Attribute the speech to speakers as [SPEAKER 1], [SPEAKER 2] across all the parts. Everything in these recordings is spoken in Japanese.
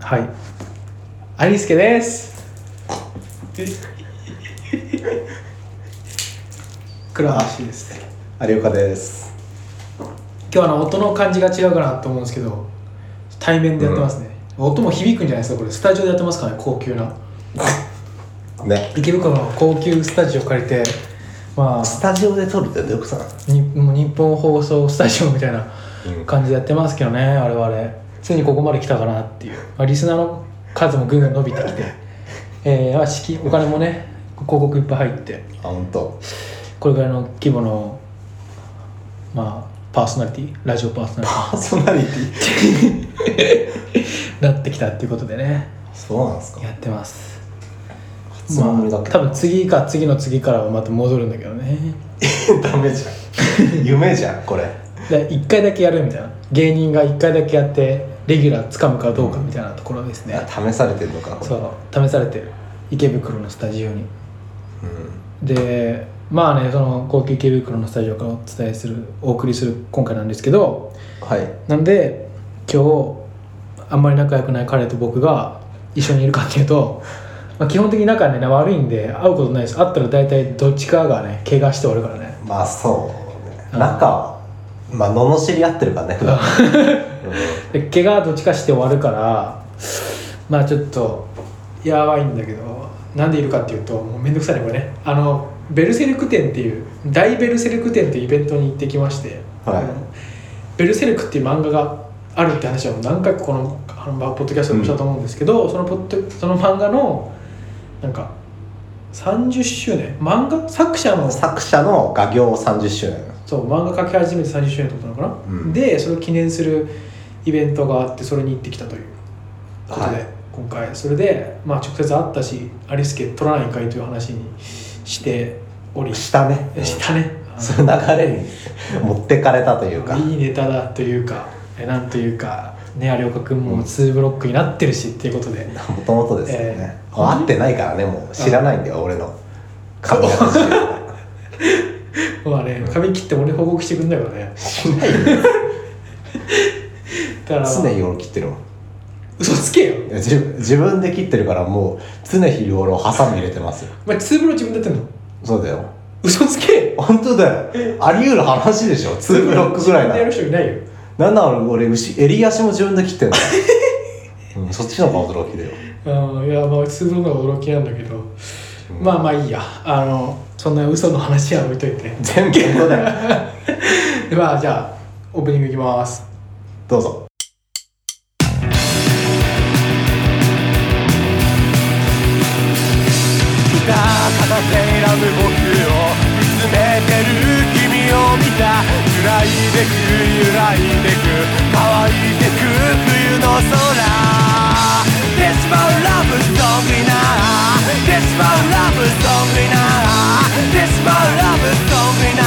[SPEAKER 1] はい。アリスケです。倉橋です。
[SPEAKER 2] 有岡です
[SPEAKER 1] 今日あの音の感じが違うかなと思うんですけど、対面でやってますね。音も響くんじゃないですか、これ。スタジオでやってますからね、高級な。
[SPEAKER 2] ね
[SPEAKER 1] 池袋の高級スタジオ借りて、ま
[SPEAKER 2] ス
[SPEAKER 1] あ、
[SPEAKER 2] タジオで撮るってどういうことなの
[SPEAKER 1] にもう日本放送スタジオみたいな
[SPEAKER 2] うん
[SPEAKER 1] 感じでやってますけどね、我々。ついにここまで来たかなっていう。まあ、リスナーの数もぐんぐん伸びてきて、えー、まあ資金お金もね、広告いっぱい入って。
[SPEAKER 2] あ本当。
[SPEAKER 1] これぐらいの規模のまあパーソナリティラジオパーソナリ
[SPEAKER 2] パーソナリティ
[SPEAKER 1] ティになってきたっていうことでね
[SPEAKER 2] そうなんですか
[SPEAKER 1] やってます
[SPEAKER 2] 初
[SPEAKER 1] ま
[SPEAKER 2] 耳
[SPEAKER 1] あ
[SPEAKER 2] だけ
[SPEAKER 1] 多
[SPEAKER 2] ど、
[SPEAKER 1] 分次か次の次からはまた戻るんだけどね
[SPEAKER 2] ダメじゃん夢じゃんこれ
[SPEAKER 1] で1回だけやるみたいな芸人が1回だけやってレギュラーつかむかどうかみたいなところですね
[SPEAKER 2] あ、試されてるのかこれ
[SPEAKER 1] そう試されてる池袋のスタジオに
[SPEAKER 2] うん
[SPEAKER 1] でまあねその高級池袋のスタジオからお伝えするお送りする今回なんですけど
[SPEAKER 2] はい
[SPEAKER 1] なんで今日あんまり仲良くない彼と僕が一緒にいるかっていうと、まあ、基本的に仲はね悪いんで会うことないです会ったら大体どっちかがね怪我しておるからね
[SPEAKER 2] まあそうね
[SPEAKER 1] うん
[SPEAKER 2] 仲はまあ罵り合ってるからね 普段、
[SPEAKER 1] で怪我はどっちかして終わるからまあちょっとやばいんだけどなんでいるかっていうともうめんどくさいねこれねあのベルセルク展っていう大ベルセルク展っていうイベントに行ってきまして、
[SPEAKER 2] はい
[SPEAKER 1] あのベルセルクっていう漫画があるって話はもう何回かこのあのポッドキャストでもしたと思うんですけど、そのポッドその漫画のなんか30周年漫画作者
[SPEAKER 2] う
[SPEAKER 1] の
[SPEAKER 2] ん作者の画業30周年
[SPEAKER 1] そう漫画描き始めて30周年ってことなのかな、
[SPEAKER 2] うん
[SPEAKER 1] でそれを記念するイベントがあってそれに行ってきたということで、
[SPEAKER 2] はい
[SPEAKER 1] 今回それで、まあ、直接会ったしアリスケ取らないかいという話にしておりし
[SPEAKER 2] したね
[SPEAKER 1] たねあの
[SPEAKER 2] その流れに持ってかれたというか
[SPEAKER 1] いいネタだというかえなんというかね有岡君も2ブロックになってるしっていうことで、
[SPEAKER 2] もともとですよね
[SPEAKER 1] え、え
[SPEAKER 2] 会ってないからねもう知らないんだよ俺の髪の話
[SPEAKER 1] まあね髪切って俺報告してくんだからね
[SPEAKER 2] しないよ
[SPEAKER 1] だから
[SPEAKER 2] 常日頃切ってるもん
[SPEAKER 1] 嘘つけよ
[SPEAKER 2] いや自自分で切ってるからもう常日頃ハサミ入れてますよ
[SPEAKER 1] お前2ブロ自分でやってんの
[SPEAKER 2] そうだよ
[SPEAKER 1] 嘘つけ
[SPEAKER 2] 本当だよあり得る話でしょ2ブロックぐらい
[SPEAKER 1] 自分でやる
[SPEAKER 2] な
[SPEAKER 1] 人いないよ
[SPEAKER 2] なんなら俺牛襟足も自分で切 ってんだよ、うん、そっちの方が驚きだよ
[SPEAKER 1] うんいやまあ2ブロの方が驚きなんだけど、まあまあいいやあのそんな嘘の話は置いといて
[SPEAKER 2] 全部本当だよ
[SPEAKER 1] でまあじゃあオープニングいきます
[SPEAKER 2] どうぞ
[SPEAKER 3] た片手選ぶ僕を見つめてる君を見た揺らいでく揺らいでく乾いてく冬の空 This my love song にな This my love song にな This my love song にな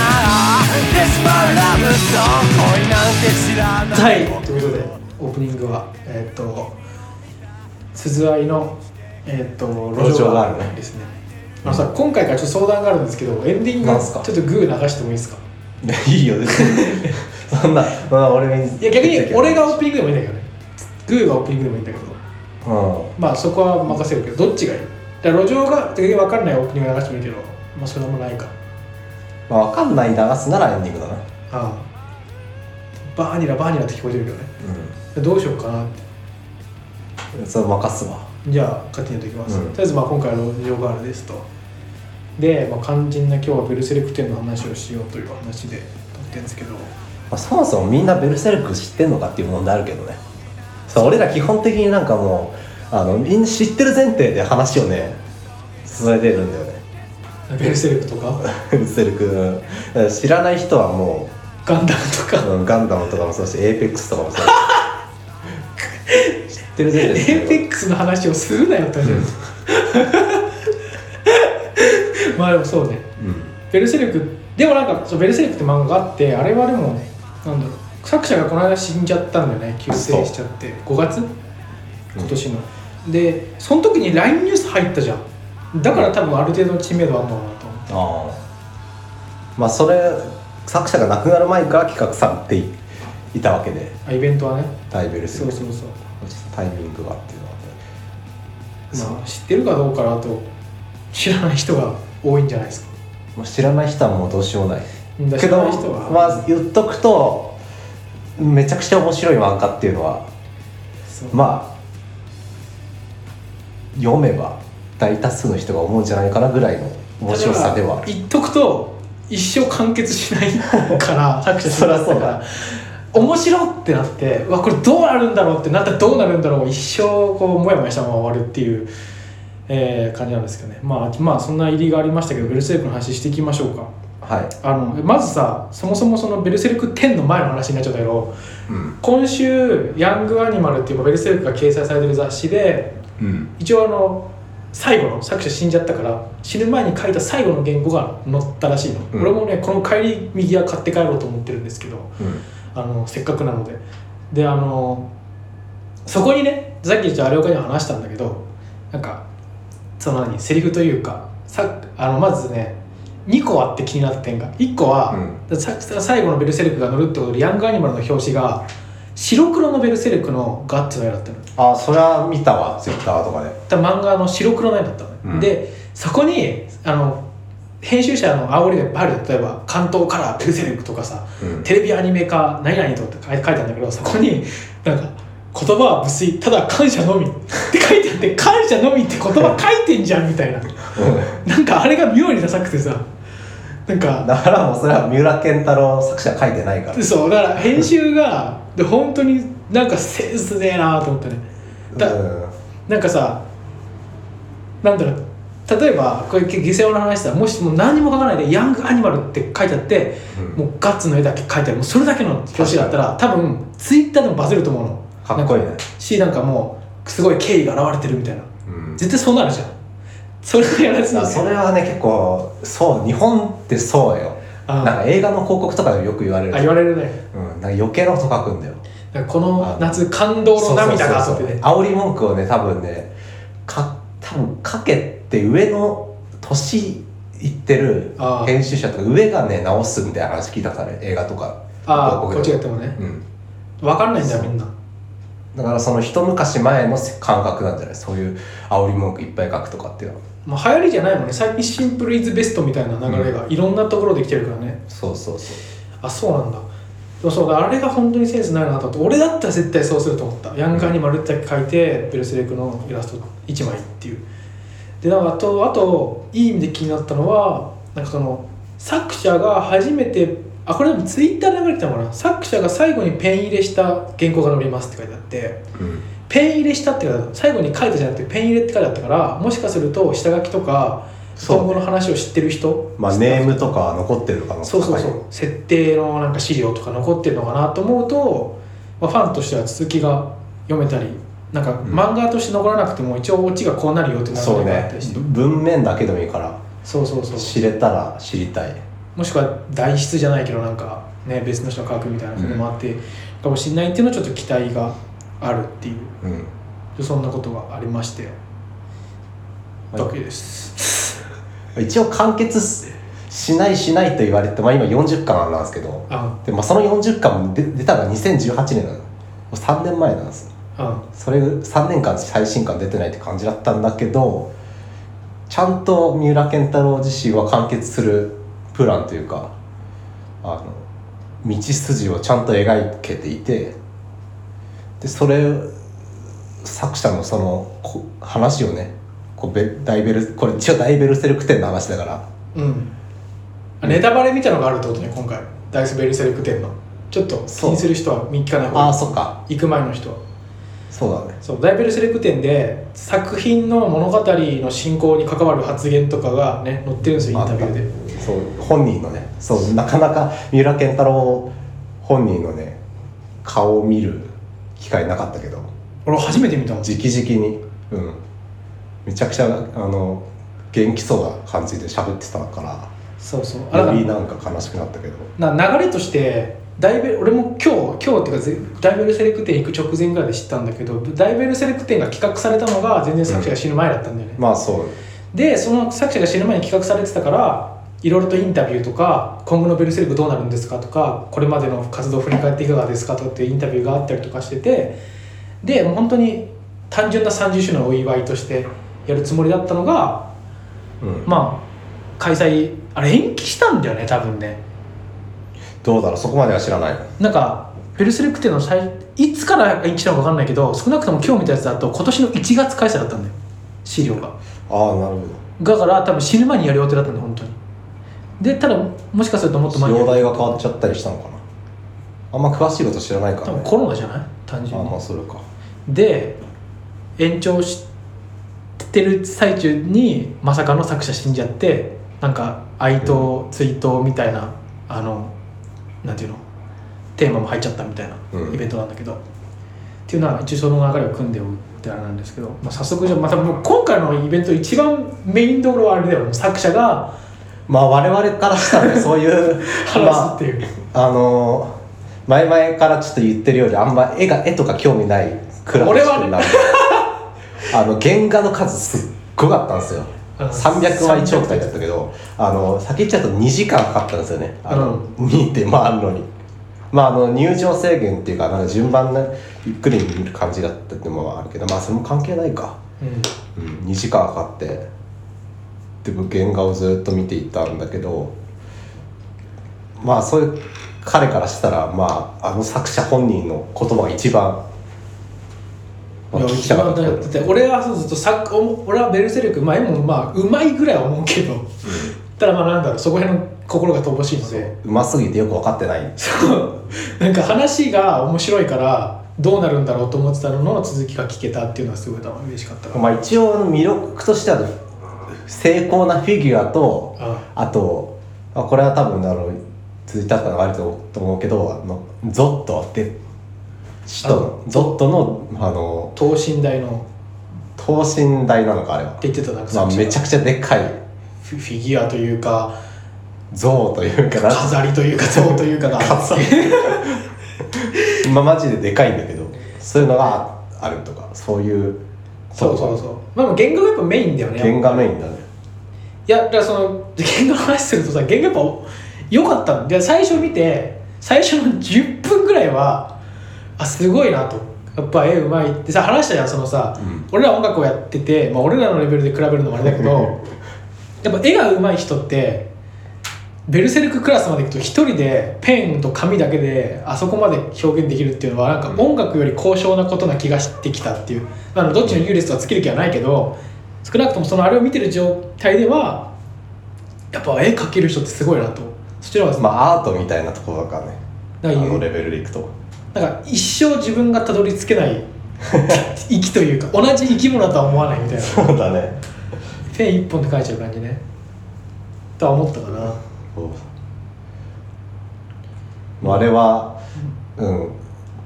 [SPEAKER 3] This my love song 恋なんて知らない
[SPEAKER 1] はい、ということでオープニングはえっ、と鈴愛のえっ、と
[SPEAKER 2] 路上があるね
[SPEAKER 1] ですねあのさ今回からちょっと相談があるんですけどエンディング
[SPEAKER 2] なんすか
[SPEAKER 1] ちょっとグー流してもいいですか
[SPEAKER 2] いいよ別に そんな、そんな俺に
[SPEAKER 1] いや逆に俺がオープニングでもいいんだけどねグーがオープニングでもいいんだけど
[SPEAKER 2] うん
[SPEAKER 1] まあそこは任せるけどどっちがいいだから路上が全然分かんないオープニング流してもいいけどまあそれもないか
[SPEAKER 2] まあ、わかんない流すならエンディングだな。
[SPEAKER 1] ああバーニラバーニラって聞こえてるけどねどうしようかなって
[SPEAKER 2] うん。それ任すわ。
[SPEAKER 1] じゃあ勝手にやっていきます、
[SPEAKER 2] うん
[SPEAKER 1] とりあえずまあ今回の「ジョガール」ですとで、まあ、肝心な今日はベルセルク展の話をしようという話で撮ってるんですけど
[SPEAKER 2] まあ、そもそもみんなベルセルク知ってんのかっていう問題あるけどね。そう、俺ら基本的になんかもう、あの、みんな知ってる前提で話をね、進めてるんだよね。
[SPEAKER 1] ベルセルクとか
[SPEAKER 2] ベルセルク。知らない人はも
[SPEAKER 1] ガンダムと
[SPEAKER 2] う、
[SPEAKER 1] か
[SPEAKER 2] うんガンダムとかもそうだし、エーペックスとかも そうだし。知ってる前
[SPEAKER 1] エ
[SPEAKER 2] 提で
[SPEAKER 1] ーペックスの話をするなよって話なんです まあでもそうね
[SPEAKER 2] うん。
[SPEAKER 1] ベルセルクでもなんかそうベルセルクって漫画があってあれはでもなんだろう作者がこの間死んじゃったんだよね急逝しちゃって5月今年の、でその時に LINE ニュース入ったじゃんだから多分ある程度の知名度あんのかなと思って
[SPEAKER 2] ああ。まあ、それ、作者が亡くなる前から企画されていいたわけで、
[SPEAKER 1] あイベントはね
[SPEAKER 2] 大ベルセ
[SPEAKER 1] そ
[SPEAKER 2] ル
[SPEAKER 1] う
[SPEAKER 2] ク。
[SPEAKER 1] そうそう
[SPEAKER 2] ちょっとタイミングがっていうのはそう
[SPEAKER 1] まあ、知ってるかどうかだと知らない人が多いんじゃないですか
[SPEAKER 2] もう知らない人はもうどうしようもない
[SPEAKER 1] うん
[SPEAKER 2] け
[SPEAKER 1] 知
[SPEAKER 2] ど
[SPEAKER 1] らない人は、
[SPEAKER 2] まあ言っとくとめちゃくちゃ面白い漫画っていうのは
[SPEAKER 1] そう
[SPEAKER 2] まあ読めば大多数の人が思うんじゃないかなぐらいの面白さでは
[SPEAKER 1] ただ言っとくと一生完結しないから 作者
[SPEAKER 2] そりゃそうだ
[SPEAKER 1] から面白ってなってうわこれどうなるんだろうってなったらどうなるんだろう一生こうモヤモヤしたまま終わるっていう、えー感じなんですけどねまあまあそんな入りがありましたけどベルセルクの話していきましょうか
[SPEAKER 2] はい、
[SPEAKER 1] あのまずさそもそもそのベルセルク10の前の話になっちゃったけど
[SPEAKER 2] うん
[SPEAKER 1] 今週「ヤングアニマル」っていうまあベルセルクが掲載されてる雑誌で
[SPEAKER 2] うん、
[SPEAKER 1] 一応あの最後の作者死んじゃったから死ぬ前に書いた最後の言語が載ったらしいの、
[SPEAKER 2] うん
[SPEAKER 1] 俺もねこの帰り右は買って帰ろうと思ってるんですけど
[SPEAKER 2] うん、
[SPEAKER 1] あのせっかくなのでであのそこにねさっきちょっと有岡にも話したんだけどなんかその何セリフというかさあのまずね2個あって気になった点が1個は、さ最後の「ベルセルク」が乗るってことでヤングアニマルの表紙が白黒の「ベルセルク」のガッツの絵だったの
[SPEAKER 2] あそれは見たわツイッターとかで
[SPEAKER 1] だから漫画の白黒の絵だったのね、
[SPEAKER 2] うん
[SPEAKER 1] でそこにあの編集者の煽りがいっぱいある例えば「関東からベルセルク」とかさ
[SPEAKER 2] うん
[SPEAKER 1] テレビアニメ化何々とって書い書いてあるんだけどそこになんか言葉は無粋ただ感謝のみって書いてあっ て感謝のみって言葉書いてんじゃんみたいななんかあれが妙にダサくてさなんか
[SPEAKER 2] だからもうそれは三浦健太郎作者は書いてないから
[SPEAKER 1] そうだから編集がで本当になんかセンスねえなと思ったねだ
[SPEAKER 2] うん
[SPEAKER 1] なんかさなんだろう例えばこれ犠牲の話さもしもう何も書かないで「ヤングアニマル」って書いてあって
[SPEAKER 2] うん
[SPEAKER 1] もうガッツの絵だけ書いてあるもうそれだけの表紙だったら多分ツイッターでもバズると思うの
[SPEAKER 2] かっこいいね
[SPEAKER 1] しなんかもうすごい敬意が表れてるみたいな
[SPEAKER 2] うん
[SPEAKER 1] 絶対そうなるじゃんそれがやられてたんです
[SPEAKER 2] そ
[SPEAKER 1] よ
[SPEAKER 2] れはね結構そう日本ってそうよ
[SPEAKER 1] あ
[SPEAKER 2] なんか映画の広告とかでもよく言われる
[SPEAKER 1] あ言われるね
[SPEAKER 2] うん、なんか余計なこと書くんだよ
[SPEAKER 1] なんかこの夏感動の涙が
[SPEAKER 2] そ
[SPEAKER 1] とっ
[SPEAKER 2] うそう
[SPEAKER 1] て
[SPEAKER 2] そう
[SPEAKER 1] ね
[SPEAKER 2] 煽り文句をね多分ねか多分書けって上の年いってる
[SPEAKER 1] あー
[SPEAKER 2] 編集者とか上がね直すみたいな話聞いたからね映画とか
[SPEAKER 1] ああこっ
[SPEAKER 2] 広
[SPEAKER 1] ち
[SPEAKER 2] 告
[SPEAKER 1] が
[SPEAKER 2] で
[SPEAKER 1] やってもね
[SPEAKER 2] うん
[SPEAKER 1] 分かんないんだよみんな
[SPEAKER 2] だからその一昔前の感覚なんじゃないそういう煽り文句いっぱい書くとかっていうのは
[SPEAKER 1] まあ、流行りじゃないもんね最近シンプルイズベストみたいな流れがいろんなところできてるからね、
[SPEAKER 2] そうそうそう
[SPEAKER 1] あそうなんだでもそうだあれが本当にセンスないなと思って俺だったら絶対そうすると思ったヤングアニマルってだけ書いてベルセレクのイラスト1枚っていうでなんかあとあといい意味で気になったのはなんかその作者が初めてあこれでもツイッターで流れてたのかな作者が最後にペン入れした原稿が載りますって書いてあって
[SPEAKER 2] うん
[SPEAKER 1] ペン入れしたって書いてあった最後に書いたじゃなくてペン入れって書いてあったからもしかすると下書きとか
[SPEAKER 2] そう
[SPEAKER 1] 今後の話を知ってる人
[SPEAKER 2] まあネームとか残ってる可能性
[SPEAKER 1] そうそう
[SPEAKER 2] 高い
[SPEAKER 1] そう設定のなんか資料とか残ってるのかなと思うと、まあ、ファンとしては続きが読めたりなんか
[SPEAKER 2] ん
[SPEAKER 1] 漫画として残らなくても一応オチがこうなるよってな
[SPEAKER 2] そう
[SPEAKER 1] があ
[SPEAKER 2] ね
[SPEAKER 1] ったりして
[SPEAKER 2] 文面だけでもいいから
[SPEAKER 1] そうそうそう
[SPEAKER 2] 知れたら知りたい
[SPEAKER 1] もしくは代筆じゃないけどなんか、ね、別の人が書くみたいなこともあって、かもしれないっていうのはちょっと期待があるっていう
[SPEAKER 2] うん
[SPEAKER 1] そんなことがありましてだけです、
[SPEAKER 2] 一応完結しないしないと言われて、まあ、今40巻あるんですけど
[SPEAKER 1] あ
[SPEAKER 2] で、まあ、その40巻も出出たのが2018年なのもう3年前なんです
[SPEAKER 1] あ
[SPEAKER 2] それ3年間最新巻出てないって感じだったんだけどちゃんと三浦健太郎自身は完結するプランというかあの道筋をちゃんと描けていてでそれ作者のそのこ話をねこうベダイベルこれ一応ダイベルセルク展の話だから
[SPEAKER 1] うんあネタバレみたいなのがあるってことね今回ダイスベルセレクテンのちょっと気にする人は見聞かない方がい
[SPEAKER 2] あ
[SPEAKER 1] い
[SPEAKER 2] あそっか
[SPEAKER 1] 行く前の人は
[SPEAKER 2] そうだね
[SPEAKER 1] そうダイベルセレクテンで作品の物語の進行に関わる発言とかがね載ってるんですよインタビューで
[SPEAKER 2] あそう本人のねそうなかなか三浦健太郎本人のね顔を見る機会なかったけど
[SPEAKER 1] 俺初めて見たもん
[SPEAKER 2] 直々にうんめちゃくちゃあの元気そうな感じで喋ってたか
[SPEAKER 1] そうそうあ
[SPEAKER 2] ら
[SPEAKER 1] だ
[SPEAKER 2] よ
[SPEAKER 1] か
[SPEAKER 2] り
[SPEAKER 1] ら
[SPEAKER 2] なんか悲しくなったけど
[SPEAKER 1] な流れとしてダイベル俺も今日今日っていうかぜダイベルセレクテン行く直前ぐらいで知ったんだけどダイベルセレクテンが企画されたのが全然作者が死ぬ前だったんだよね、
[SPEAKER 2] まあそう
[SPEAKER 1] でその作者が死ぬ前に企画されてたからいろいろとインタビューとか今後のベルセルクどうなるんですかとかこれまでの活動を振り返っていかがですかとかっていうインタビューがあったりとかしててでもう本当に単純な30周年のお祝いとしてやるつもりだったのが
[SPEAKER 2] うん
[SPEAKER 1] まあ開催あれ延期したんだよね多分ね
[SPEAKER 2] どうだろうそこまでは知らない
[SPEAKER 1] なんかフェルセレクテの最いつから延期したのか分かんないけど少なくとも今日見たやつだと今年の1月開催だったんだよ資料が
[SPEAKER 2] ああなるほ
[SPEAKER 1] だから多分死ぬ前にやる予定だったんだよ本当にでただもしかするともっと
[SPEAKER 2] ど
[SPEAKER 1] 前にや
[SPEAKER 2] 容
[SPEAKER 1] る
[SPEAKER 2] 体が変わっちゃったりしたのかなあんま詳しいこと知らないか
[SPEAKER 1] 多
[SPEAKER 2] ら
[SPEAKER 1] 分
[SPEAKER 2] ね
[SPEAKER 1] コロナじゃない単
[SPEAKER 2] あ
[SPEAKER 1] 純に
[SPEAKER 2] まあそれか
[SPEAKER 1] で延長してる最中にまさかの作者死んじゃってなんか哀悼、追悼みたいなあのなんていうのテーマも入っちゃったみたいな
[SPEAKER 2] うん
[SPEAKER 1] イベントなんだけど、っていうのは一応その流れを組んでおってあれなんですけど、まあ、早速じゃあまたもう今回のイベント一番メインどころはあれだよね作者が
[SPEAKER 2] まあ我々からしたらねそういう
[SPEAKER 1] 話すっていう、
[SPEAKER 2] まあ、あのー前々からちょっと言ってるよりあんま絵が絵とか興味ないクラス
[SPEAKER 1] 俺はね
[SPEAKER 2] なんで あの原画の数すっごかったんですよ
[SPEAKER 1] うん
[SPEAKER 2] 300枚超くらいだったけどあの先言っちゃうと2時間かかったんですよねあの、見て回るのにまああの入場制限っていうかなんか順番ねゆっくり見る感じだったっていうのもあるけどまあそれも関係ないか
[SPEAKER 1] うん
[SPEAKER 2] うん、2時間かかってでも原画をずっと見ていったんだけどまあそういう彼からしたらまああの作者本人の言葉が一番、まあ、
[SPEAKER 1] いや
[SPEAKER 2] 聞きたかった
[SPEAKER 1] だって俺はそうずっとさっお俺はベルセルク前もまあうまいぐらいは思うけど、ただまあなんだろうそこら辺の心が乏しいので
[SPEAKER 2] うますぎてよく分かってない
[SPEAKER 1] そう なんか話が面白いからどうなるんだろうと思ってたのの続きが聞けたっていうのはすごい多分嬉しかったから、
[SPEAKER 2] まあ一応あの魅力としては成功なフィギュアと
[SPEAKER 1] あ
[SPEAKER 2] あと、まあ、これは多分あの続いたのがあると思うけどあのゾットって首都のゾットのあの
[SPEAKER 1] 等身大の
[SPEAKER 2] 等身大なのかあれは
[SPEAKER 1] って言ってたなんか
[SPEAKER 2] まあ、めちゃ
[SPEAKER 1] く
[SPEAKER 2] くちゃでっかい
[SPEAKER 1] フィフィギュアというか
[SPEAKER 2] 像というかな
[SPEAKER 1] 飾りというか像というかが
[SPEAKER 2] 飾りまあマジででかいんだけどそういうのがあるとかそういう
[SPEAKER 1] そうそうそうまあでも言語がやっぱメインだよね
[SPEAKER 2] 原画メインだね
[SPEAKER 1] いやだからその原画の話するとさ原画やっぱ良かったので最初見て最初の10分ぐらいはあすごいなとやっぱ絵うまいってさ話したじゃんそのさ、
[SPEAKER 2] うん
[SPEAKER 1] 俺ら音楽をやってて、まあ、俺らのレベルで比べるのもあれだけ どやっぱ絵がうまい人ってベルセルククラスまで行くと一人でペンと紙だけであそこまで表現できるっていうのはなんか音楽より高尚なことな気がしてきたっていうあのどっちの優劣はつける気はないけど少なくともそのあれを見てる状態ではやっぱ絵描ける人ってすごいなとそっちらは
[SPEAKER 2] まあアートみたいなところがね
[SPEAKER 1] な
[SPEAKER 2] あ
[SPEAKER 1] んか言う
[SPEAKER 2] のレベルでいくと
[SPEAKER 1] なんか一生自分がたどり着けない 生きというか同じ生き物とは思わないみたいな
[SPEAKER 2] そうだね
[SPEAKER 1] ペン一本で描いちゃう感じねとは思ったかな
[SPEAKER 2] そうまああれはうん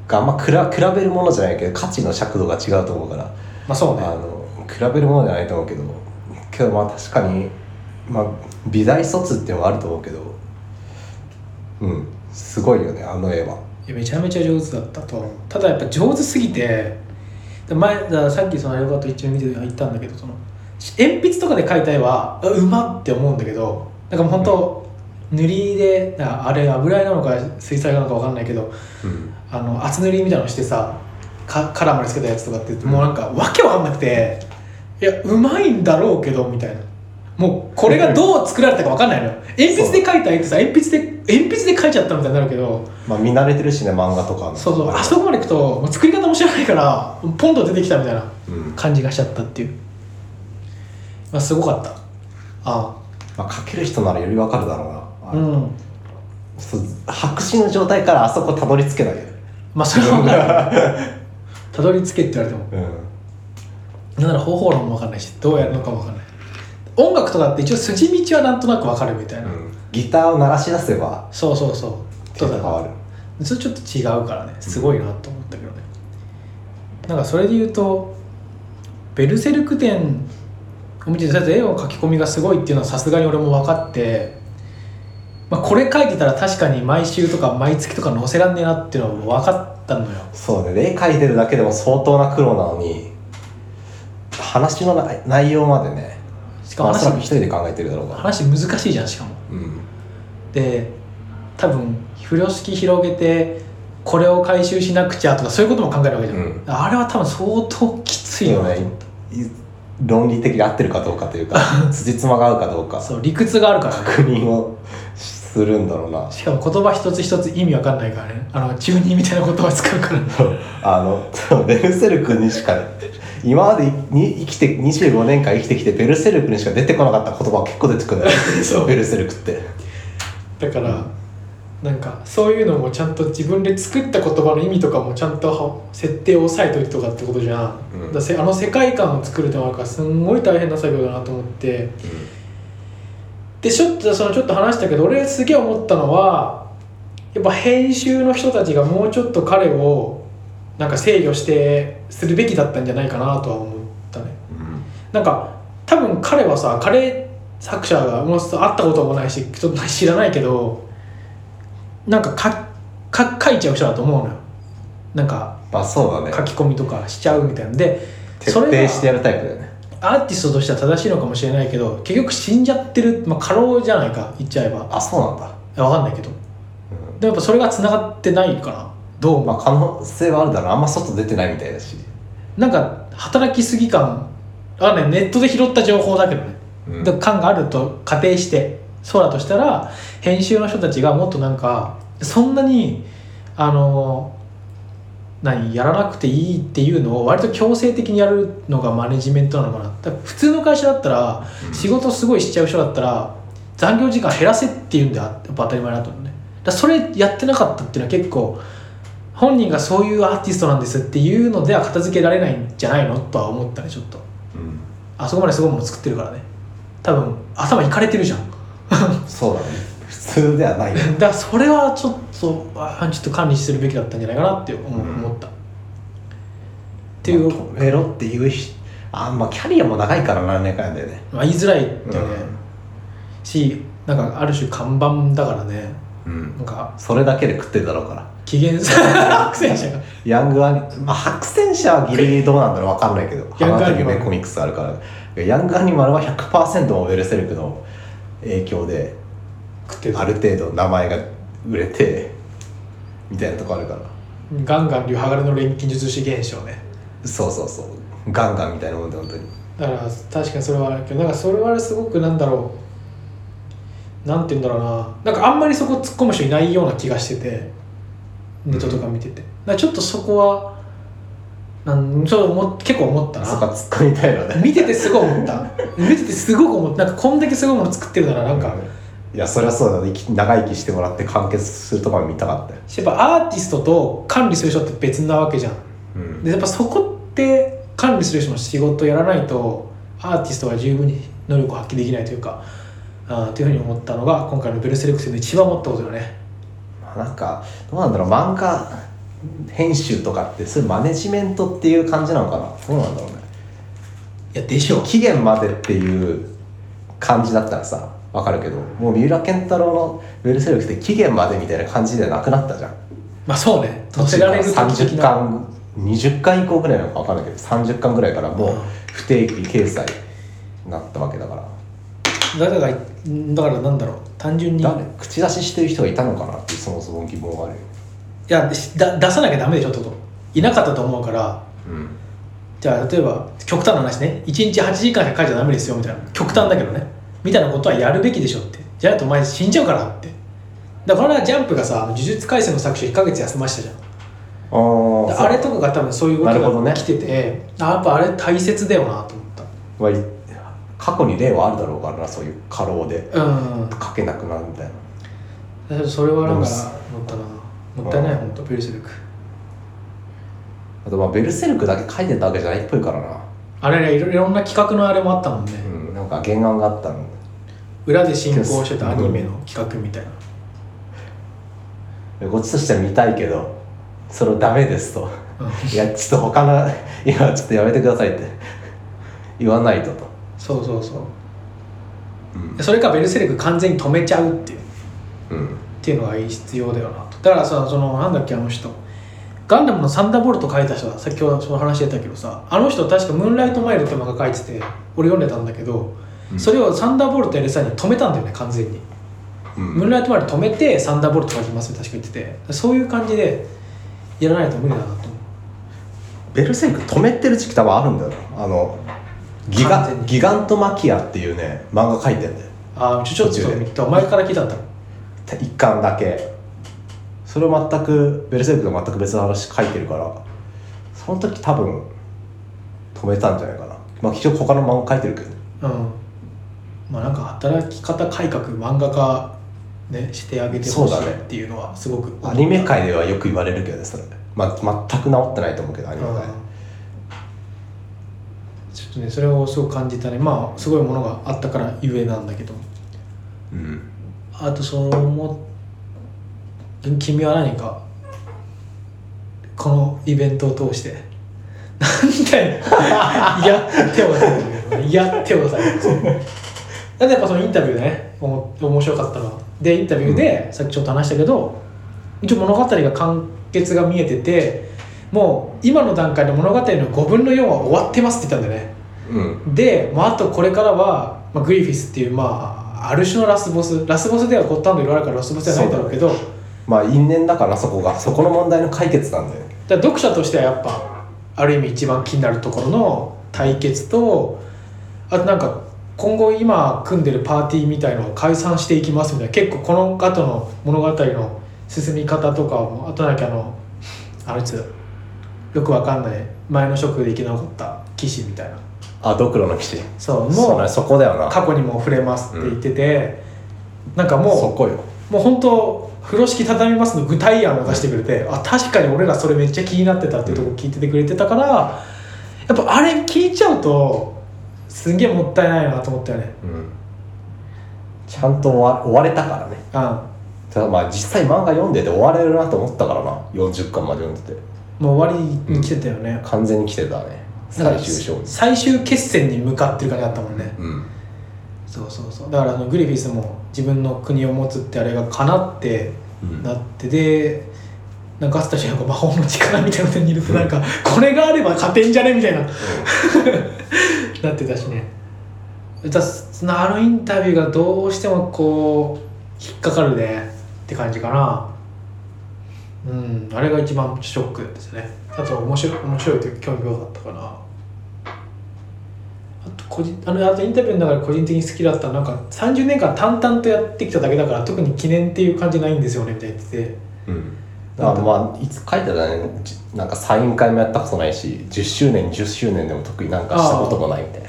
[SPEAKER 2] あんま比べ比べるものじゃないけど価値の尺度が違うと思うから
[SPEAKER 1] まあそうね
[SPEAKER 2] あの比べるものじゃないと思うけどけどまあ確かに、まあ、美大卒っていうのはあると思うけどうんすごいよねあの絵はい
[SPEAKER 1] やめちゃめちゃ上手だったとは思うただやっぱ上手すぎてで前だからさっきそのアルバート一応見て言ったんだけどその鉛筆とかで描いた絵はあうまって思うんだけどなんかもう本当、塗りでなんかあれ油絵なのか水彩画なのか分かんないけど
[SPEAKER 2] うん
[SPEAKER 1] あの厚塗りみたいなのしてさかカラーまでつけたやつとかってもうなんかわけわかんなくていやうまいんだろうけどみたいなもうこれがどう作られたかわかんないのよ鉛筆で描いた絵ってさ鉛筆で鉛筆で描いちゃったみたいになるけど
[SPEAKER 2] まあ見慣れてるしね漫画とかの
[SPEAKER 1] そうそう
[SPEAKER 2] あ
[SPEAKER 1] あそこまで行くともう作り方も知らないからポンと出てきたみたいな
[SPEAKER 2] うん
[SPEAKER 1] 感じがしちゃったっていう、まあ、すごかったあ
[SPEAKER 2] まあ、描ける人ならよりわかるだろうな
[SPEAKER 1] あ
[SPEAKER 2] あ
[SPEAKER 1] う
[SPEAKER 2] の、
[SPEAKER 1] ん
[SPEAKER 2] そう白紙の状態からあそこたどり着けないよね
[SPEAKER 1] まあそれは分かるたどり着けって言われても
[SPEAKER 2] うん
[SPEAKER 1] なんなら方法論も分かんないしどうやるのかも分かんない音楽とかって一応筋道はなんとなく分かるみたいな、
[SPEAKER 2] うんギターを鳴らし出せば
[SPEAKER 1] そうそうそう
[SPEAKER 2] 手
[SPEAKER 1] た
[SPEAKER 2] が
[SPEAKER 1] だ
[SPEAKER 2] 変わ
[SPEAKER 1] それちょっと違うからねすごいなと思ったけどね、なんかそれで言うとベルセルク展を見てた絵の描き込みがすごいっていうのはさすがに俺も分かって、まあ、これ描いてたら確かに毎週とか毎月とか載せらんねえなっていうのは分かったのよ
[SPEAKER 2] るそうね絵描いてるだけでも相当な苦労なのに話の内内容までね
[SPEAKER 1] しか
[SPEAKER 2] まあ
[SPEAKER 1] も
[SPEAKER 2] おそらく一
[SPEAKER 1] 話
[SPEAKER 2] 人で考えてるだろうから
[SPEAKER 1] 話難しいじゃんしかも
[SPEAKER 2] うん
[SPEAKER 1] で多分風呂敷広げてこれを回収しなくちゃとかそういうことも考えるわけじゃん、
[SPEAKER 2] うん
[SPEAKER 1] あれは多分相当きついよね、
[SPEAKER 2] い論理的に合ってるかどうかとい うか辻褄が合うかどうか
[SPEAKER 1] そう理屈があるからね
[SPEAKER 2] 確認をするんだろうな
[SPEAKER 1] しかも言葉一つ一つ意味わかんないからねあの中二みたいな言葉使うからね
[SPEAKER 2] あのそうベルセルクにしか今までに生きて25年間生きてきてベルセルクにしか出てこなかった言葉が結構出てくるんだよ
[SPEAKER 1] そう
[SPEAKER 2] ベルセルクって
[SPEAKER 1] だからなんかそういうのもちゃんと自分で作った言葉の意味とかもちゃんとは設定を押さえといてとかってことじゃん、
[SPEAKER 2] うん
[SPEAKER 1] だせあの世界観を作るってのはなんかすんごい大変な作業だなと思ってでちょっとそのちょっと話したけど俺すげえ思ったのはやっぱ編集の人たちがもうちょっと彼をなんか制御してするべきだったんじゃないかなとは思ったねなんか多分彼はさ彼作者がもう会ったこともないしちょっと知らないけどなんかかか書いちゃう人だと思うのよなんか
[SPEAKER 2] まあそうだ
[SPEAKER 1] 書
[SPEAKER 2] ね
[SPEAKER 1] き込みとかしちゃうみたいなんで
[SPEAKER 2] 徹
[SPEAKER 1] そ
[SPEAKER 2] 底
[SPEAKER 1] れが
[SPEAKER 2] してやるタイプだよね
[SPEAKER 1] アーティストとしては正しいのかもしれないけど結局死んじゃってる、まあ、過労じゃないか言っちゃえば
[SPEAKER 2] あそうなんだ、
[SPEAKER 1] 分かんないけどでもやっぱそれが繋がってないからどう
[SPEAKER 2] うんま
[SPEAKER 1] 思
[SPEAKER 2] あ可能性はあるだろうあんま外出てないみたいだし
[SPEAKER 1] うなんか働きすぎ感あねネットで拾った情報だけどね
[SPEAKER 2] うん
[SPEAKER 1] だから感があると仮定してそうだとしたら編集の人たちがもっとなんかそんなにあの何やらなくていいっていうのを割と強制的にやるのがマネジメントなのかなだから普通の会社だったら仕事すごいしちゃう人だったら残業時間減らせっていうんでやっぱ当たり前だと思うねだからそれやってなかったっていうのは結構本人がそういうアーティストなんですっていうのでは片付けられないんじゃないのとは思ったねちょっと
[SPEAKER 2] うん
[SPEAKER 1] あそこまですごいもの作ってるからね多分頭いかれてるじゃん
[SPEAKER 2] そうだね普通ではないよ
[SPEAKER 1] だからそれはちょっとあちょっと管理するべきだったんじゃないかなって思,、
[SPEAKER 2] うん
[SPEAKER 1] 思ったっていう、ま
[SPEAKER 2] 止めろっていう人あんまあキャリアも長いからな年間だよね
[SPEAKER 1] あ、言いづらいってね、しなんかある種看板だからね
[SPEAKER 2] うん、うん
[SPEAKER 1] なんか
[SPEAKER 2] それだけで食ってるだろうから
[SPEAKER 1] 機嫌 さ悪戦者が
[SPEAKER 2] ヤングアニ、まあ、白戦車はギリギリどうなんだろう分かんないけど
[SPEAKER 1] ヤン
[SPEAKER 2] 花
[SPEAKER 1] グア
[SPEAKER 2] と
[SPEAKER 1] ニマル
[SPEAKER 2] 夢コミックスあるからヤングアニマルは100%もベルセルクの影響で
[SPEAKER 1] 食ってる
[SPEAKER 2] ある程度名前が売れてみたいなとこあるから
[SPEAKER 1] ガンガン流派柄の錬金術師現象ね
[SPEAKER 2] そうそうそうガンガンみたいなもんで本当に
[SPEAKER 1] だから確かにそれはあるけどなんかそれはすごくなんだろうなんて言うんだろうななんかあんまりそこ突っ込む人いないような気がしててネットとか見てて、だからちょっとそこはなんちょっと思っ結構思った
[SPEAKER 2] そっか
[SPEAKER 1] な
[SPEAKER 2] 突っ込みたいのね
[SPEAKER 1] 見ててすごい思った見ててすごく思ったなんかこんだけすごいもの作ってるならなんか、
[SPEAKER 2] いやそりゃそうだね生き長生きしてもらって完結するところ見たかったよ、
[SPEAKER 1] やっぱアーティストと管理する人って別なわけじゃん
[SPEAKER 2] うん
[SPEAKER 1] でやっぱそこって管理する人の仕事をやらないとアーティストが十分に能力を発揮できないというかあーというふうに思ったのが今回の「ベルセルクス」の一番思ったことだね
[SPEAKER 2] まあなんかどうなんだろう漫画編集とかってそういうマネジメントっていう感じなのかなそうなんだろうね
[SPEAKER 1] いやでしょ
[SPEAKER 2] 期限までっていう感じだったらさわかるけどもう三浦健太郎の「ベルセルク」って期限までみたいな感じでなくなったじゃん
[SPEAKER 1] まあそうね乗せられる時
[SPEAKER 2] 30
[SPEAKER 1] 的な
[SPEAKER 2] 巻20巻以降ぐらいなのかわかんないけど30巻ぐらいからもう不定期掲載になったわけだから
[SPEAKER 1] 誰がだからなんだろう単純にい
[SPEAKER 2] 誰口出ししてる人がいたのかなってそもそも疑問があるよ、
[SPEAKER 1] やしだ出さなきゃダメでしょってこといなかったと思うから
[SPEAKER 2] うん、
[SPEAKER 1] じゃあ例えば極端な話ね1日8時間しか書いちゃダメですよみたいな極端だけどねみたいなことはやるべきでしょってじゃないとお前死んじゃうからってだからジャンプがさ呪術廻戦の作者1ヶ月休ましたじゃん
[SPEAKER 2] あー
[SPEAKER 1] だ
[SPEAKER 2] そう
[SPEAKER 1] あれとかが多分そういう動
[SPEAKER 2] なるほど
[SPEAKER 1] き
[SPEAKER 2] ね
[SPEAKER 1] が来てて、あやっぱあれ大切だよなと思っ
[SPEAKER 2] まあい過去に例はあるだろうからなそういう過労で
[SPEAKER 1] たうんだ
[SPEAKER 2] 書けなくなるみたいな
[SPEAKER 1] からそれはなん
[SPEAKER 2] もう
[SPEAKER 1] か
[SPEAKER 2] す
[SPEAKER 1] 思ったなもったいない
[SPEAKER 2] うん
[SPEAKER 1] 本当ベルセルク
[SPEAKER 2] あとまあベルセルクだけ書いてたわけじゃないっぽいからな
[SPEAKER 1] あれねいろいろんな企画のあれもあったもんね、
[SPEAKER 2] うん、なんか原案があったの
[SPEAKER 1] 裏で進行してたアニメの企画みたいな
[SPEAKER 2] こっちとしては見たいけどそれをダメですと
[SPEAKER 1] うん
[SPEAKER 2] いやちょっと他の 今ちょっとやめてくださいって言わないとと、
[SPEAKER 1] そうそうそう
[SPEAKER 2] うん
[SPEAKER 1] それかベルセルク完全に止めちゃうっていう
[SPEAKER 2] うん、
[SPEAKER 1] っていうのが必要だよなとだからさそのなんだっけあの人ガンダムのサンダーボルト書いた人は先ほどその話してたけどさあの人確か「ムーンライトマイル」って漫画書いてて俺読んでたんだけど、
[SPEAKER 2] うん
[SPEAKER 1] それをサンダーボルトやる際に止めたんだよね完全に、
[SPEAKER 2] うん
[SPEAKER 1] ムーンライトマイル止めてサンダーボルト書きますって確か言っててそういう感じでやらないと無理だなと思う
[SPEAKER 2] ベルセルク止めてる時期多分あるんだよなあのギガ
[SPEAKER 1] 完全に
[SPEAKER 2] ギガントマキアっていうね漫画描いてんだよ
[SPEAKER 1] ああちょちょっと見たお前から聞いたんだろ
[SPEAKER 2] 一巻だけそれを全くベルセルクと全く別の話書いてるからその時多分止めたんじゃないかなまあ一応他の漫画書いてるけど
[SPEAKER 1] うんまあなんか働き方改革漫画家ねしてあげて
[SPEAKER 2] そ
[SPEAKER 1] ほ
[SPEAKER 2] う
[SPEAKER 1] し
[SPEAKER 2] だ
[SPEAKER 1] い
[SPEAKER 2] ね
[SPEAKER 1] っていうのはすごく
[SPEAKER 2] アニメ界ではよく言われるけどねそれ、まあ、全く治ってないと思うけどアニメ界
[SPEAKER 1] ちょっとねそれをすごく感じたねまあすごいものがあったからゆえなんだけど
[SPEAKER 2] うん
[SPEAKER 1] あとそのも君は何かこのイベントを通してなんだよやってもさやってもさなんでやっぱそのインタビューでねおも面白かったのはでインタビューで、さっきちょっと話したけど一応物語が完結が見えててもう今の段階で物語の5分の4は終わってますって言ったんだよね
[SPEAKER 2] うん
[SPEAKER 1] で、まあ、あとこれからは、まあ、グリフィスっていう、まあ、ある種のラスボスラスボスではゴッタンドいろいろあるからラスボスじゃないんだろうけどだ
[SPEAKER 2] まあ因縁だからそこがそこの問題の解決なんだよね
[SPEAKER 1] から読者としてはやっぱある意味一番気になるところの対決とあとなんか今後今組んでるパーティーみたいのを解散していきますみたいな結構この後の物語の進み方とかもあとなんかあのあいつよくわかんない前の職で生き残った騎士みたいな
[SPEAKER 2] あドクロの騎士
[SPEAKER 1] そう
[SPEAKER 2] そう
[SPEAKER 1] もう
[SPEAKER 2] だねそこだよな
[SPEAKER 1] 過去にも触れますって言ってて、なんか
[SPEAKER 2] そ
[SPEAKER 1] も
[SPEAKER 2] こよ
[SPEAKER 1] うもう本当風呂敷畳みますの具体案を出してくれてあ確かに俺らそれめっちゃ気になってたっていうとこ聞いててくれてたから、やっぱあれ聞いちゃうとすんげえもったいないなと思ったよね
[SPEAKER 2] うんちゃんと終わ終われたからね
[SPEAKER 1] う
[SPEAKER 2] ただまあ実際漫画読んでて終われるなと思ったからな40巻まで読んでて
[SPEAKER 1] んもう終わりに来てたよね、
[SPEAKER 2] 完全に来てたね
[SPEAKER 1] だから
[SPEAKER 2] 最終章に
[SPEAKER 1] 最終決戦に向かってる感じだったもんね、
[SPEAKER 2] うん
[SPEAKER 1] そうそうそうだからあのグリフィスも自分の国を持つってあれが叶って
[SPEAKER 2] うん
[SPEAKER 1] なってでなんかアスタシアが魔法の力みたいなの手に入れてなんかこれがあれば勝てんじゃねみたいななってたしねだそのあのインタビューがどうしてもこう引っかかるねって感じかなうんあれが一番ショックですねあと面白い面白いというか興味深かったかなあと個人あのあとインタビューの中で個人的に好きだったのはなんか30年間淡々とやってきただけだから特に記念っていう感じないんですよねみたいに言ってて
[SPEAKER 2] うんだからまあいつ書いてたねじなんかサイン会もやったことないし10周年10周年でも特になんかしたこともないみたい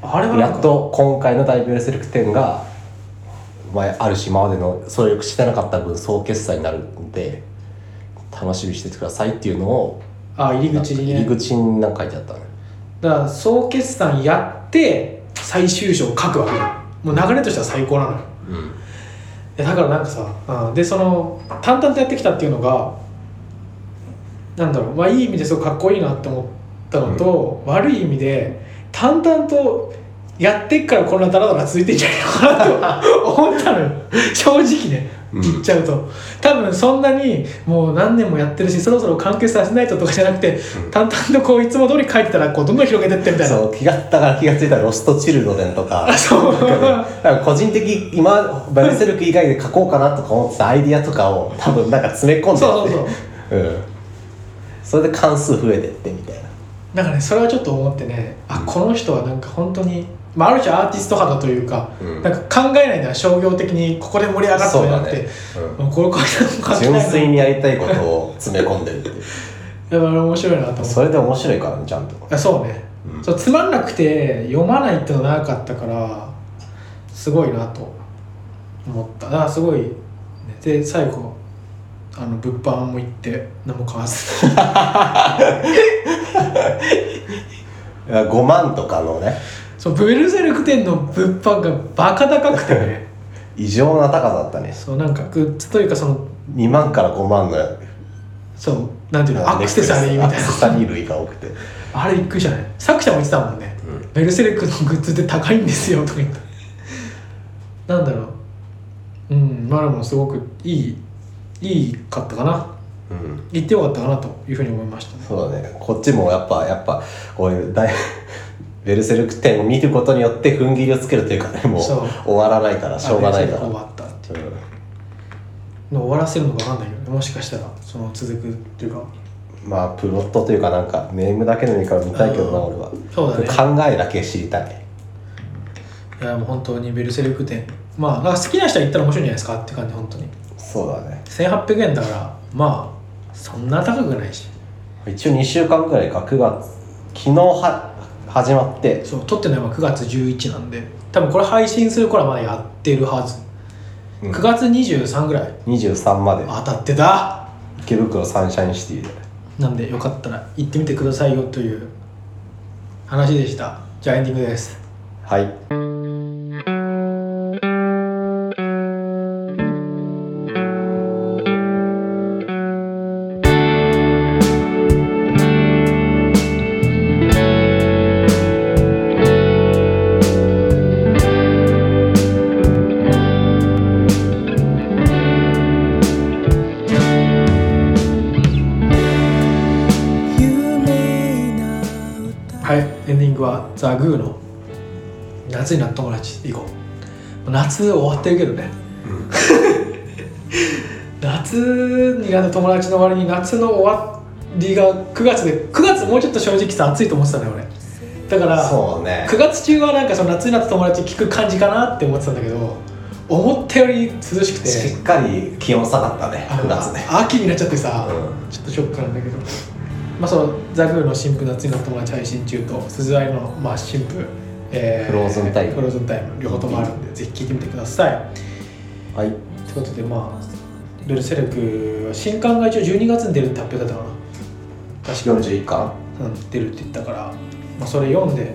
[SPEAKER 1] あれは
[SPEAKER 2] な
[SPEAKER 1] なん
[SPEAKER 2] や
[SPEAKER 1] か
[SPEAKER 2] っと今回の大ベルセルク展が、まあ、あるし今までのそれをしてなかった分総決済になるんで楽しみにしててくださいっていうのを
[SPEAKER 1] あ入り
[SPEAKER 2] なんか
[SPEAKER 1] 口にね
[SPEAKER 2] 入り口になんか書いてあったね
[SPEAKER 1] だから総決算やって最終章書くわけじゃんもう流れとしては最高なのよ
[SPEAKER 2] うん
[SPEAKER 1] いやだからなんかさ、うん、でその淡々とやってきたっていうのがなんだろうまあいい意味ですごくかっこいいなって思ったのと、悪い意味で淡々とやってっからこんなダラダラ続いてんじゃないのかなと思ったのよ正直ね
[SPEAKER 2] うん
[SPEAKER 1] 言っちゃうと、多分そんなにもう何年もやってるしそろそろ完結させないととかじゃなくて、淡々とこういつも通り書いてたらこうどんどん広げてってみたいな
[SPEAKER 2] そう気がだから気がついたら「ロストチルドレン」とか
[SPEAKER 1] そう
[SPEAKER 2] なんか個人的今ベルセルク以外で書こうかなとか思ってたアイディアとかを多分なんか詰め込んで
[SPEAKER 1] そうそう
[SPEAKER 2] って
[SPEAKER 1] そう
[SPEAKER 2] うん、それで関数増えてってみたい
[SPEAKER 1] な
[SPEAKER 2] な
[SPEAKER 1] んかねそれはちょっと思ってねあこの人はなんか本当にまあ、ある種アーティスト肌というか、
[SPEAKER 2] うん
[SPEAKER 1] なんか考えないな商業的にここで盛り上がってなくて、
[SPEAKER 2] そうだね
[SPEAKER 1] もうこれこれ考え
[SPEAKER 2] 純
[SPEAKER 1] ない
[SPEAKER 2] 粋にやりたいことを詰め込んでるっていう
[SPEAKER 1] だから面白いなと思って
[SPEAKER 2] それで面白いからねちゃんと
[SPEAKER 1] あそうね、
[SPEAKER 2] うん
[SPEAKER 1] そうつまんなくて読まないってのなかったからすごいなと思っただからすごい、ね、で最後あの物販も行って何も買わず に
[SPEAKER 2] 5万とかのね
[SPEAKER 1] そうベルセルク店の物販がバカ高くてね
[SPEAKER 2] 異常な高さだったね
[SPEAKER 1] そうなんかグッズというかその
[SPEAKER 2] 2万から5万の
[SPEAKER 1] そうなんていうの
[SPEAKER 2] あ
[SPEAKER 1] ア
[SPEAKER 2] の
[SPEAKER 1] クセサリーみたい
[SPEAKER 2] ア
[SPEAKER 1] な
[SPEAKER 2] クセサリー類が多くて
[SPEAKER 1] あれびっくりしたね作者も言ってたもんね、
[SPEAKER 2] うん
[SPEAKER 1] ベルセルクのグッズって高いんですよとか言ってなんだろううんまあでもすごくいいいいかったかな
[SPEAKER 2] うん
[SPEAKER 1] 言ってよかったかなというふうに思いましたね
[SPEAKER 2] そうだねこっちもやっぱやっぱこういう大 ベルセルク展を見ることによって踏ん切りをつけるというかねもう
[SPEAKER 1] そう
[SPEAKER 2] 終わらないからしょうがないか
[SPEAKER 1] あベル
[SPEAKER 2] ら
[SPEAKER 1] セルク終わったっていう
[SPEAKER 2] うん
[SPEAKER 1] の終わらせるのか分かんないけどもしかしたらその続くっていうか
[SPEAKER 2] まあプロットというかなんかネームだけでもいいから見たいけどな
[SPEAKER 1] うん
[SPEAKER 2] 俺は
[SPEAKER 1] そうだね
[SPEAKER 2] 考えだけ知りたい
[SPEAKER 1] いやもう本当にベルセルク展まあなんか好きな人は行ったら面白いんじゃないですかって感じ本当に
[SPEAKER 2] そうだね
[SPEAKER 1] 1800円だからまあそんな高くないし
[SPEAKER 2] 一応2週間ぐらいか9月昨日は始まって
[SPEAKER 1] そう撮ってるのは今9月11なんで多分これ配信する頃はまだやってるはず
[SPEAKER 2] うん
[SPEAKER 1] 9月23ぐらい
[SPEAKER 2] 23まで
[SPEAKER 1] 当たってた
[SPEAKER 2] 池袋サンシャインシティで
[SPEAKER 1] なんでよかったら行ってみてくださいよという話でしたじゃあエンディングです
[SPEAKER 2] はい
[SPEAKER 1] はいエンディングはザ・グーの夏になった友達行こう夏終わってるけどね、 夏になった友達の割に夏の終わりが9月で9月もうちょっと正直さ暑いと思ってたのよ俺だから
[SPEAKER 2] そうね
[SPEAKER 1] 9月中はなんかその夏になった友達聞く感じかなって思ってたんだけど思ったより涼しくて
[SPEAKER 2] しっかり気温下がったね
[SPEAKER 1] あの
[SPEAKER 2] 9月ね
[SPEAKER 1] 秋になっちゃってさ、
[SPEAKER 2] うん
[SPEAKER 1] ちょっとショックなんだけどまあそのザグーの新婦夏になった友達配信中と鈴愛のまあ新婦、え
[SPEAKER 2] フローズンタイム
[SPEAKER 1] フローズンタイム両方ともあるんでぜひ聞いてみてください
[SPEAKER 2] はい
[SPEAKER 1] ということでまあベルセルクは新刊が一応12月に出るって発表だったか
[SPEAKER 2] 私41巻
[SPEAKER 1] な、うん、出るって言ったから、まあ、それ読んで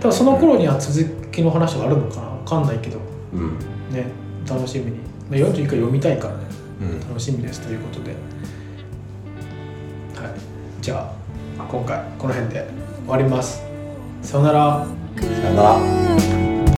[SPEAKER 1] 多分その頃には続きの話があるのかなわかんないけど
[SPEAKER 2] うん
[SPEAKER 1] ね楽しみに、まあ、41回読みたいからね
[SPEAKER 2] うん
[SPEAKER 1] 楽しみですということで、はい、じゃあ今回この辺で終わりますさようなら
[SPEAKER 2] さよなら